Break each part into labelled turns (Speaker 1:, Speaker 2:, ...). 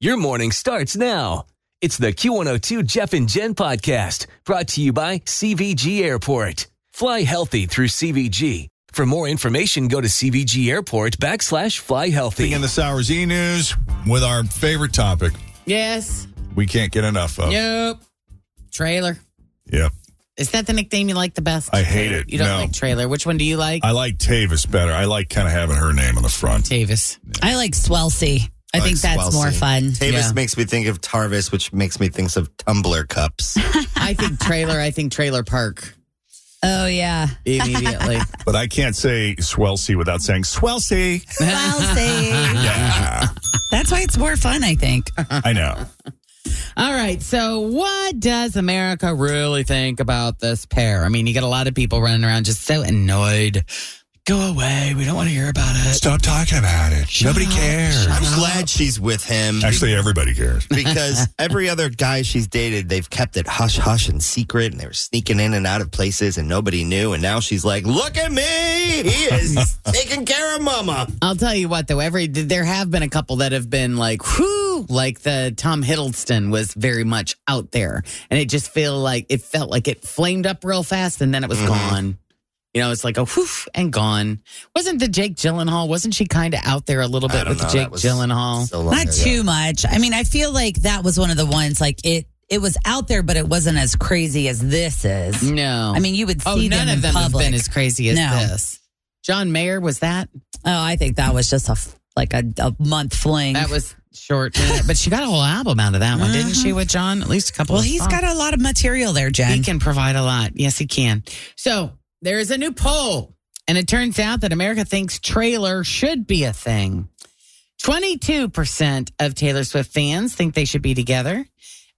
Speaker 1: Your morning starts now. It's the Q102 Jeff and Jen podcast brought to you by CVG Airport. Fly healthy through CVG. For more information, go to CVG Airport backslash fly healthy.
Speaker 2: In the Sour Z News with our favorite topic
Speaker 3: Yes.
Speaker 2: we can't get enough of.
Speaker 3: Nope. Trailer.
Speaker 2: Yep.
Speaker 3: Is that the nickname you like the best?
Speaker 2: I hate it.
Speaker 3: You don't
Speaker 2: No.
Speaker 3: like trailer. Which one do you like?
Speaker 2: I like Tavis better. I like kind of having her name on the front.
Speaker 3: Tavis.
Speaker 4: I like Swelsey. I, think that's more fun.
Speaker 5: Tavis
Speaker 3: Yeah.
Speaker 5: makes me think of Tarvis, which makes me think of tumbler cups.
Speaker 3: I think trailer. I think trailer park
Speaker 4: Oh yeah,
Speaker 3: immediately.
Speaker 2: But I can't say Swelsey without saying Swelsey.
Speaker 4: Swelsey.
Speaker 2: Yeah.
Speaker 4: that's why it's more fun. I think.
Speaker 2: I know.
Speaker 3: All right. So, what does America really think about this pair? I mean, you got a lot of people running around just so annoyed. Go away. We don't want to hear about it.
Speaker 2: Stop talking about it. Nobody cares.
Speaker 5: I'm glad she's with him
Speaker 2: Actually, everybody cares.
Speaker 5: because every other guy she's dated, they've kept it hush hush and secret, and they were sneaking in and out of places, and nobody knew. And now she's like, "Look at me! He is taking care of Mama."
Speaker 3: I'll tell you what, though. Every there have been a couple that have been like, whoo, like the Tom Hiddleston was very much out there, and it just feel like it felt like it flamed up real fast, and then it was
Speaker 5: Mm-hmm.
Speaker 3: gone. You know, it's like a whoof and gone. Wasn't the Jake Gyllenhaal? Wasn't she kind of out there a little
Speaker 5: I
Speaker 3: bit
Speaker 5: don't
Speaker 3: with
Speaker 5: know,
Speaker 3: Jake
Speaker 5: that was
Speaker 3: Gyllenhaal?
Speaker 5: so long
Speaker 4: Not
Speaker 5: ago.
Speaker 4: too much. I mean, I feel like that was one of the ones like it. It was out there, but it wasn't as crazy as this is.
Speaker 3: no,
Speaker 4: I mean, you would see
Speaker 3: oh,
Speaker 4: them
Speaker 3: none
Speaker 4: in
Speaker 3: of them
Speaker 4: public.
Speaker 3: have been as crazy as
Speaker 4: No.
Speaker 3: this. John Mayer was that?
Speaker 4: oh, I think that was just a f- like a, a month fling.
Speaker 3: That was short, but she got a whole album out of that one, didn't she? With John, at least a couple.
Speaker 4: Mm-hmm. well,
Speaker 3: he
Speaker 4: he's got a lot of material there,
Speaker 3: He
Speaker 4: Jen.
Speaker 3: can provide a lot. Yes, he can. So there is a new poll, and it turns out that America thinks trailer should be a thing. 22% of Taylor Swift fans think they should be together,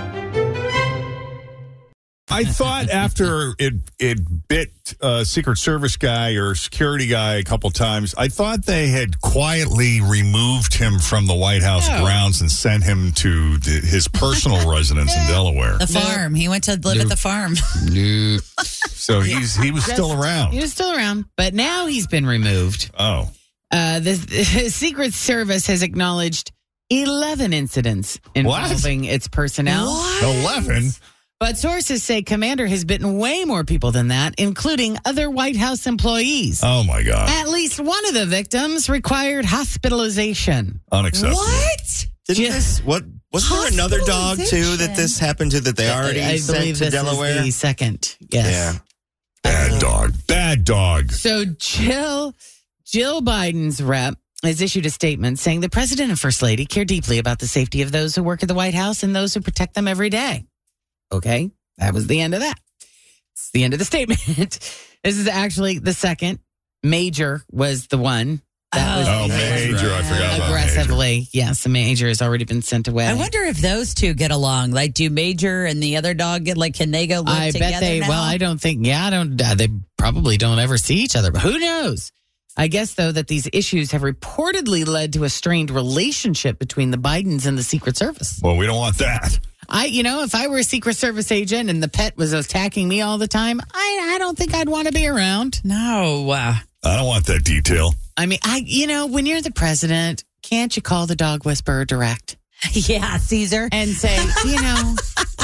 Speaker 2: I thought after it it bit uh, Secret Service guy or security guy a couple times, I thought they had quietly removed him from the White House grounds and sent him to the, his personal residence in Delaware.
Speaker 4: The farm. He went to live at the farm.
Speaker 2: So he's he was still around.
Speaker 3: He was still around, but now he's been removed.
Speaker 2: Oh,
Speaker 3: Uh, the, the Secret Service has acknowledged 11 incidents involving its personnel.
Speaker 2: 11?
Speaker 3: But sources say Commander has bitten way more people than that, including other White House
Speaker 5: Uh.
Speaker 3: employees.
Speaker 2: Oh my God.
Speaker 3: At least one of the victims required hospitalization.
Speaker 2: Unacceptable.
Speaker 4: What?
Speaker 5: Didn't
Speaker 3: Yeah.
Speaker 5: this what wasn't there another dog too that this happened to that they already
Speaker 3: I, I
Speaker 5: sent
Speaker 3: believe
Speaker 5: to
Speaker 3: this
Speaker 5: Delaware?
Speaker 3: is the second. Yes.
Speaker 5: Yeah.
Speaker 2: Bad dog. Bad dog.
Speaker 3: So Jill Jill Biden's rep has issued a statement saying the president and first lady care deeply about the safety of those who work at the White House and those who protect them every day. Okay, that was the end of that. It's the end of the statement. this is actually the second. Major was the one that was
Speaker 2: Oh, Major. I forgot about Major.
Speaker 3: aggressively. Yes, the major has already been sent away.
Speaker 4: I wonder if those two get along. Like, do Major and the other dog get like? Can they go live
Speaker 3: I
Speaker 4: together
Speaker 3: bet they.
Speaker 4: now?
Speaker 3: Well, I don't think. Yeah, I don't. Uh, they probably don't ever see each other. But who knows? I guess though that these issues have reportedly led to a strained relationship between the Bidens and the Secret Service.
Speaker 2: Well, we don't want that.
Speaker 3: I, you know, if I were a Secret Service agent and the pet was attacking me all the time, I, I don't think I'd want to be around.
Speaker 4: no. Uh,
Speaker 2: I don't want that detail.
Speaker 3: I mean, I, you know, when you're the president, can't you call the dog whisperer direct?
Speaker 4: yeah, Caesar.
Speaker 3: and say, you know,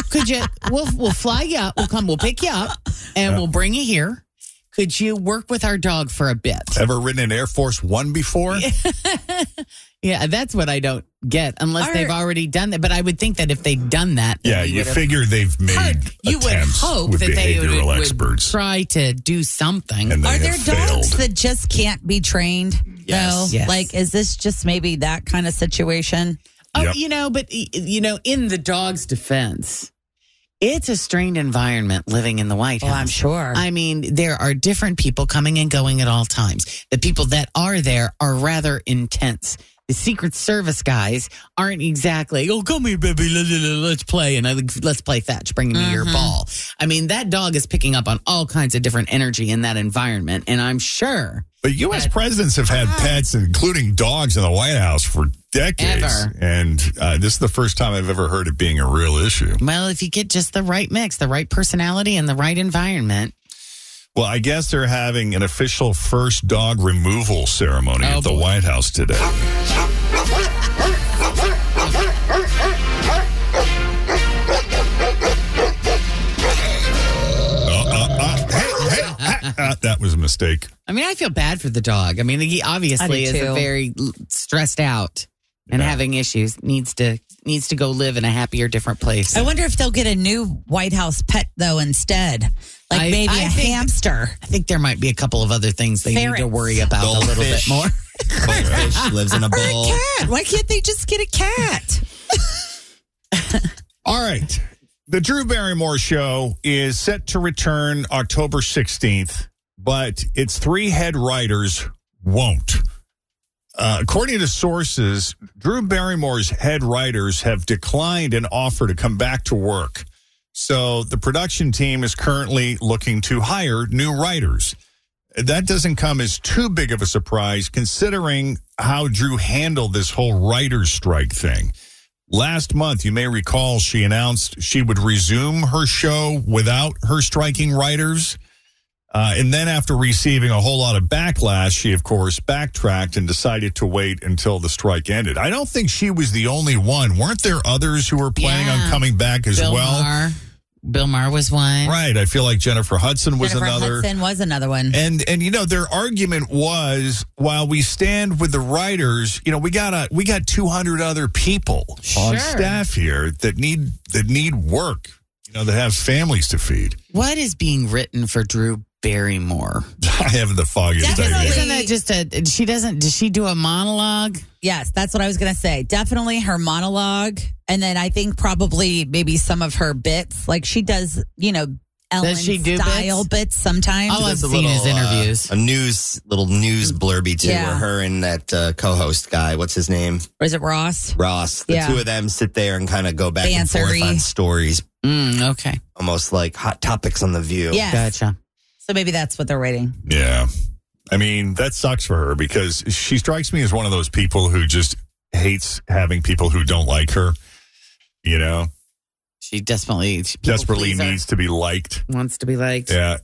Speaker 3: could you? We'll we'll fly you up. We'll come. We'll pick you up, and we'll bring you here. Could you work with our dog for a bit?
Speaker 2: Ever ridden an Air Force One before?
Speaker 3: Yeah, that's what I don't get. Unless
Speaker 4: Are-
Speaker 3: they've already done that, but I would think that if they'd done that, then
Speaker 2: Yeah,
Speaker 3: we
Speaker 2: you
Speaker 3: would've
Speaker 2: figure they've made
Speaker 3: heard- you would
Speaker 2: attempts
Speaker 3: hope
Speaker 2: with
Speaker 3: that they would,
Speaker 2: behavioral
Speaker 3: would
Speaker 2: experts,
Speaker 3: try to do something.
Speaker 2: and they
Speaker 4: Are
Speaker 2: have
Speaker 4: there dogs
Speaker 2: failed.
Speaker 4: that just can't be trained?
Speaker 5: Yes.
Speaker 4: Though?
Speaker 3: Yes.
Speaker 4: Like, is this just maybe that kind of situation?
Speaker 3: Oh,
Speaker 2: Yep.
Speaker 3: you know, but y- you know, in the dog's defense, It's a strained environment living in the White House.
Speaker 4: Well, Oh, I'm sure.
Speaker 3: I mean, there are different people coming and going at all times. The people that are there are rather intense. The Secret Service guys aren't exactly, oh, come here, baby, let- let- let's play. And I, let's play fetch, bring me your ball. I mean, that dog is picking up on all kinds of different energy in that environment. And I'm sure
Speaker 2: But U.S. presidents have had
Speaker 3: Uh-huh.
Speaker 2: pets, including dogs, in the White House for decades.
Speaker 3: Ever.
Speaker 2: And uh, this is the first time I've ever heard it being a real issue.
Speaker 3: Well, if you get just the right mix, the right personality, and the right environment.
Speaker 2: Well, I guess they're having an official first dog removal ceremony
Speaker 3: Oh,
Speaker 2: at the
Speaker 3: boy.
Speaker 2: White House today. Uh, uh, Ah, that was a mistake.
Speaker 3: I mean, I feel bad for the dog. I mean, he obviously
Speaker 4: I
Speaker 3: is
Speaker 4: do
Speaker 3: a
Speaker 4: too.
Speaker 3: very l- stressed out and
Speaker 2: Yeah.
Speaker 3: having issues. needs to needs to go live in a happier, different place.
Speaker 4: I wonder if they'll get a new White House pet though instead, like
Speaker 3: I-
Speaker 4: maybe
Speaker 3: I
Speaker 4: a
Speaker 3: think-
Speaker 4: hamster.
Speaker 3: I think there might be a couple of other things they need to
Speaker 4: Ferrets.
Speaker 3: worry about a little bit
Speaker 5: Goldfish.
Speaker 3: more.
Speaker 5: Goldfish lives in a
Speaker 4: Or
Speaker 5: bowl.
Speaker 4: a cat. Why can't they just get a cat?
Speaker 2: All right. The Drew Barrymore show is set to return October 16th, but its three head writers won't. Uh, according to sources, Drew Barrymore's head writers have declined an offer to come back to work. So the production team is currently looking to hire new writers. That doesn't come as too big of a surprise considering how Drew handled this whole writer's strike thing. Last month, you may recall, she announced she would resume her show without her striking writers. Uh, and then, after receiving a whole lot of backlash, she, of course, backtracked and decided to wait until the strike ended. I don't think she was the only one. Weren't there others who were planning
Speaker 3: Yeah.
Speaker 2: on coming back as
Speaker 3: Bill
Speaker 2: well?
Speaker 3: Maher, Bill Maher was one.
Speaker 2: Right. I feel like Jennifer Hudson was
Speaker 4: Jennifer
Speaker 2: another.
Speaker 4: Hudson was another one.
Speaker 2: And and you know their argument was while we stand with the writers, you know we got a we got 200 other people on
Speaker 3: Sure.
Speaker 2: staff here that need that need work, you know that have families to feed.
Speaker 3: What is being written for Drew Barrymore?
Speaker 2: I have the foggiest
Speaker 4: Definitely.
Speaker 2: idea.
Speaker 3: Isn't that just a? She doesn't. Does she do a monologue?
Speaker 4: Yes, that's what I was going to say. Definitely her monologue. And then I think probably maybe some of her bits. Like she does, you know, Ellen
Speaker 3: she do
Speaker 4: style
Speaker 3: bits?
Speaker 4: bits, sometimes.
Speaker 3: All I've
Speaker 5: There's a
Speaker 3: seen is
Speaker 5: little, uh,
Speaker 3: interviews.
Speaker 5: a news little news blurby too,
Speaker 4: Yeah.
Speaker 5: where her and that uh, co-host guy, what's his name,
Speaker 4: or is it Ross?
Speaker 5: Ross, the
Speaker 4: Yeah.
Speaker 5: two of them sit there and kind of go back and
Speaker 4: Bantery.
Speaker 5: forth on stories,
Speaker 3: Mm, okay,
Speaker 5: almost like hot topics on the View.
Speaker 4: Yes.
Speaker 3: gotcha.
Speaker 4: So maybe that's what they're waiting.
Speaker 2: Yeah. I mean, that sucks for her because she strikes me as one of those people who just hates having people who don't like her, you know,
Speaker 3: She desperately, she
Speaker 2: desperately
Speaker 3: people pleaser.
Speaker 2: needs to be liked.
Speaker 3: wants to be liked.
Speaker 2: Yeah.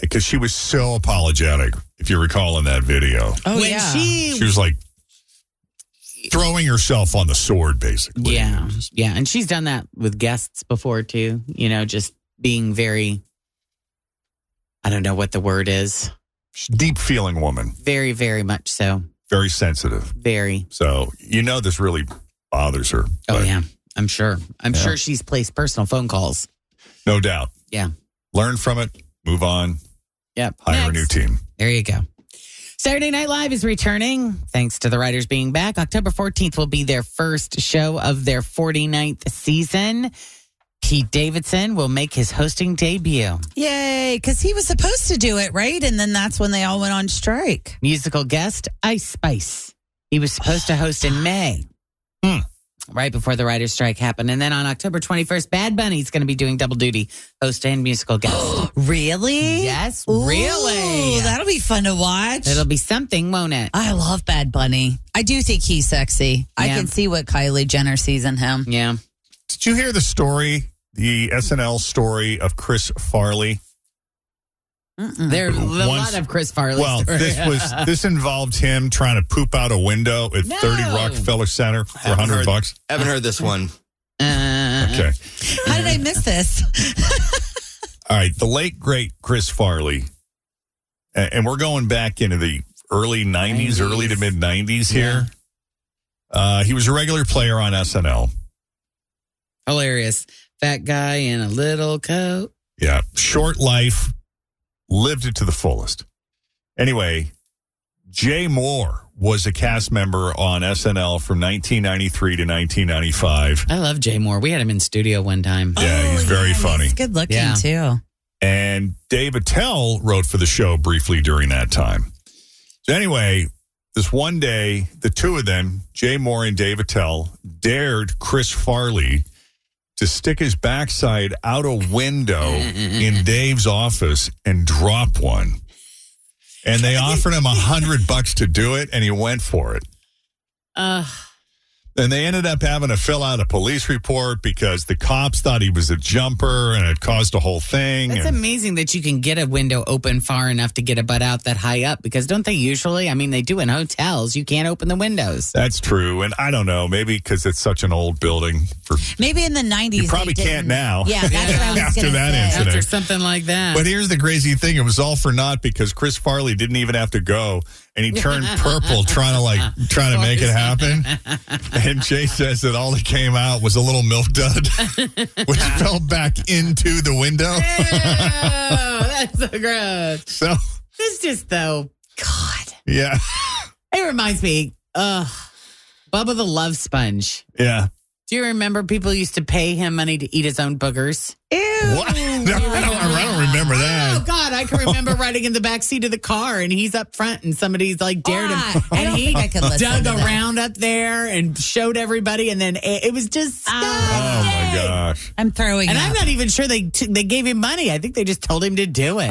Speaker 2: Because she was so apologetic, if you recall in that video.
Speaker 3: Oh
Speaker 4: When
Speaker 3: yeah,
Speaker 4: she-
Speaker 2: She was like throwing herself on the sword, basically.
Speaker 3: yeah, yeah, and she's done that with guests before too. You know, just being very, I don't know what the word is.
Speaker 2: She's a Deep feeling woman,
Speaker 3: Very, very much so.
Speaker 2: very sensitive.
Speaker 3: Very.
Speaker 2: So, you know, this really bothers her.
Speaker 3: Oh
Speaker 2: but
Speaker 3: yeah, I'm sure. I'm
Speaker 2: Yeah.
Speaker 3: sure she's placed personal phone calls.
Speaker 2: No doubt.
Speaker 3: Yeah.
Speaker 2: Learn from it, move on,
Speaker 3: Yep.
Speaker 2: hire a new
Speaker 3: Next.
Speaker 2: team.
Speaker 3: There you go. Saturday Night Live is returning. Thanks to the writers being back. October 14th will be their first show of their 49th season. Pete Davidson will make his hosting debut.
Speaker 4: Yay. Because he was supposed to do it, right? And then that's when they all went on strike.
Speaker 3: Musical guest, Ice Spice. He was supposed to host in May,
Speaker 2: Hmm.
Speaker 3: right before the writer's strike happened. And then on October 21st, Bad Bunny's going to be doing double duty, host and musical guest.
Speaker 4: Really?
Speaker 3: yes,
Speaker 4: Ooh,
Speaker 3: really.
Speaker 4: That'll be fun to watch.
Speaker 3: It'll be something, won't
Speaker 2: Uh,
Speaker 3: it?
Speaker 4: I love Bad Bunny. I do think he's sexy. I
Speaker 3: Yeah.
Speaker 4: can see what Kylie Jenner sees in him.
Speaker 3: Yeah.
Speaker 2: Did you hear the story, the SNL story of Chris Farley?
Speaker 4: Mm-mm.
Speaker 3: There's a
Speaker 2: mm. Once-
Speaker 3: lot of Chris Farley.
Speaker 2: Well, this was this involved him trying to poop out a window at 30
Speaker 3: No.
Speaker 2: Rockefeller Center for
Speaker 5: Haven't
Speaker 2: 100
Speaker 5: heard-
Speaker 2: bucks.
Speaker 5: haven't heard this one.
Speaker 3: Uh,
Speaker 2: Okay.
Speaker 4: How did I miss this?
Speaker 2: All right, the late great Chris Farley, a- and we're going back into the early '90s,
Speaker 3: 90s.
Speaker 2: early to mid '90s here. Uh, he was a regular player on SNL.
Speaker 3: Hilarious. Fat guy in a little coat.
Speaker 2: Yeah, short life, lived it to the fullest. Anyway, Jay Moore was a cast member on SNL from 1993 to 1995.
Speaker 3: I love Jay Moore. We had him in studio one time.
Speaker 2: Oh, Yeah, he's very funny.
Speaker 4: Good looking
Speaker 3: Yeah.
Speaker 4: too.
Speaker 2: And Dave Attell wrote for the show briefly during that time. So anyway, this one day, the two of them, Jay Moore and Dave Attell, dared Chris Farley to stick his backside out a window in Dave's office and drop one. And they offered him a hundred bucks to do it, and he went for it.
Speaker 3: Uh,
Speaker 2: And they ended up having to fill out a police report because the cops thought he was a jumper, and it caused a whole thing.
Speaker 3: it's
Speaker 2: and-
Speaker 3: amazing that you can get a window open far enough to get a butt out that high up because don't they usually? I mean, they do in hotels. You can't open the windows.
Speaker 2: That's true, and I don't know. Maybe because it's such an old building. For
Speaker 4: Maybe in the 90s.
Speaker 2: You probably
Speaker 4: they
Speaker 2: can't
Speaker 4: didn't.
Speaker 2: now.
Speaker 4: Yeah, that's what I was
Speaker 2: After
Speaker 4: gonna
Speaker 2: that
Speaker 4: say.
Speaker 2: incident.
Speaker 3: After something like that.
Speaker 2: but here's the crazy thing: it was all for naught because Chris Farley didn't even have to go, and he turned purple trying to like trying to make it happen. And Jay says that all that came out was a little milk dud, which fell back into the window.
Speaker 3: Ew, that's so gross.
Speaker 2: So
Speaker 3: This just though, God,
Speaker 2: yeah,
Speaker 3: it reminds me. Uh, Bubba the Love Sponge.
Speaker 2: yeah.
Speaker 3: Do you remember people used to pay him money to eat his own boogers?
Speaker 2: What? No, I, don't, I don't remember
Speaker 3: Oh
Speaker 2: that.
Speaker 3: God, I can remember riding in the back seat of the car and he's up front and somebody's like dared him.
Speaker 4: Ah, I don't
Speaker 3: and he
Speaker 4: think I could listen
Speaker 3: dug
Speaker 4: to that.
Speaker 3: around up there and showed everybody and then it, it was just
Speaker 2: Oh
Speaker 4: Ah.
Speaker 3: stuff.
Speaker 2: my gosh!
Speaker 4: I'm throwing
Speaker 3: And
Speaker 4: up.
Speaker 3: I'm not even sure they t- they gave him money. I think they just told him to do it.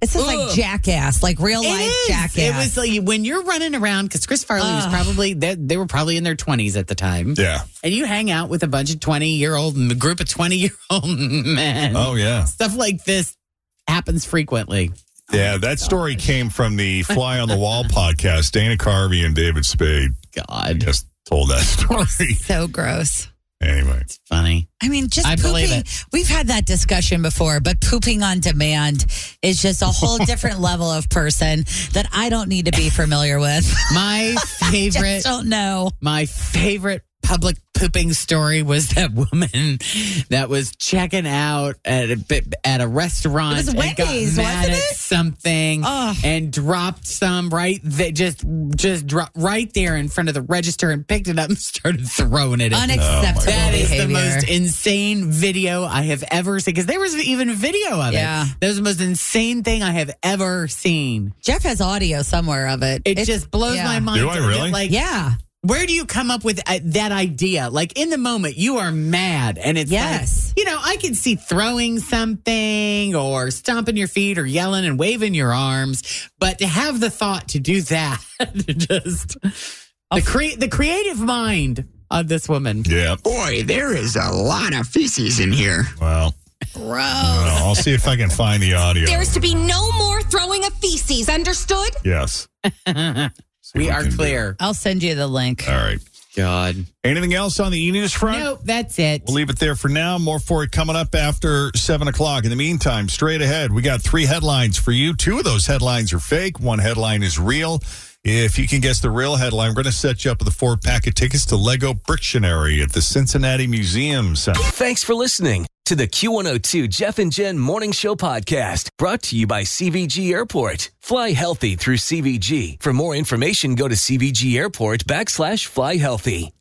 Speaker 4: this is like jackass, like real
Speaker 3: It
Speaker 4: Ah, life
Speaker 3: is.
Speaker 4: jackass.
Speaker 3: It was like when you're running around because Chris Farley
Speaker 4: Ah.
Speaker 3: was probably they, they were probably in their 20s at the time,
Speaker 2: Yeah.
Speaker 3: and you hang out with a bunch of 20 year old a group of 20 year old men.
Speaker 2: Oh yeah.
Speaker 3: Stuff like this happens frequently.
Speaker 2: Yeah, that story came from the Fly on the Wall podcast. Dana Carvey and David Spade
Speaker 3: God,
Speaker 2: just told that story.
Speaker 4: so gross.
Speaker 2: anyway,
Speaker 3: it's funny.
Speaker 4: I mean, just
Speaker 3: I believe
Speaker 4: pooping. We've had that discussion before, but pooping on demand is just a whole different level of person that I don't need to be familiar with.
Speaker 3: My favorite,
Speaker 4: just don't know.
Speaker 3: my favorite public pooping story was that woman that was checking out at a bit at a restaurant
Speaker 4: It was
Speaker 3: and got
Speaker 4: Wendy's,
Speaker 3: mad
Speaker 4: wasn't
Speaker 3: at
Speaker 4: it?
Speaker 3: something
Speaker 4: Ugh.
Speaker 3: and dropped some right that just just dropped right there in front of the register and picked it up and started throwing it. at them.
Speaker 4: Unacceptable
Speaker 3: That is the
Speaker 4: behavior.
Speaker 3: most insane video I have ever seen. Because there was even video of
Speaker 4: Yeah.
Speaker 3: it. That was the most insane thing I have ever seen.
Speaker 4: Jeff has audio somewhere of it.
Speaker 3: It
Speaker 4: It's-
Speaker 3: just blows
Speaker 4: yeah.
Speaker 3: my mind.
Speaker 2: Do I
Speaker 3: that,
Speaker 2: really?
Speaker 3: Like,
Speaker 4: Yeah.
Speaker 3: where do you come up with uh, that idea? Like in the moment, you are mad, and it's
Speaker 4: Yes.
Speaker 3: like, you know, I can see throwing something or stomping your feet or yelling and waving your arms, but to have the thought to do that, just the cre- the creative mind of this woman.
Speaker 2: yeah.
Speaker 6: Boy, there is a lot of feces in here.
Speaker 2: Well, I don't
Speaker 4: Gross.
Speaker 2: know. I'll see if I can find the audio.
Speaker 7: There's to be no more throwing of feces, understood?
Speaker 2: yes. See
Speaker 3: We
Speaker 2: what
Speaker 3: are
Speaker 2: can do.
Speaker 3: clear.
Speaker 4: I'll send you the link.
Speaker 2: All right.
Speaker 3: God.
Speaker 2: Anything else on the E News front?
Speaker 3: Nope, that's it.
Speaker 2: We'll leave it there for now. More for it coming up after 7 o'clock. In the meantime, straight ahead, we got three headlines for you. Two of those headlines are fake, one headline is real. If you can guess the real headline, we're going to set you up with a four pack of tickets to Lego Brictionary at the Cincinnati Museum Center.
Speaker 1: Thanks for listening to the Q102 Jeff and Jen Morning Show Podcast, brought to you by CVG Airport. Fly healthy through CVG. For more information, go to CVG Airport backslash fly healthy.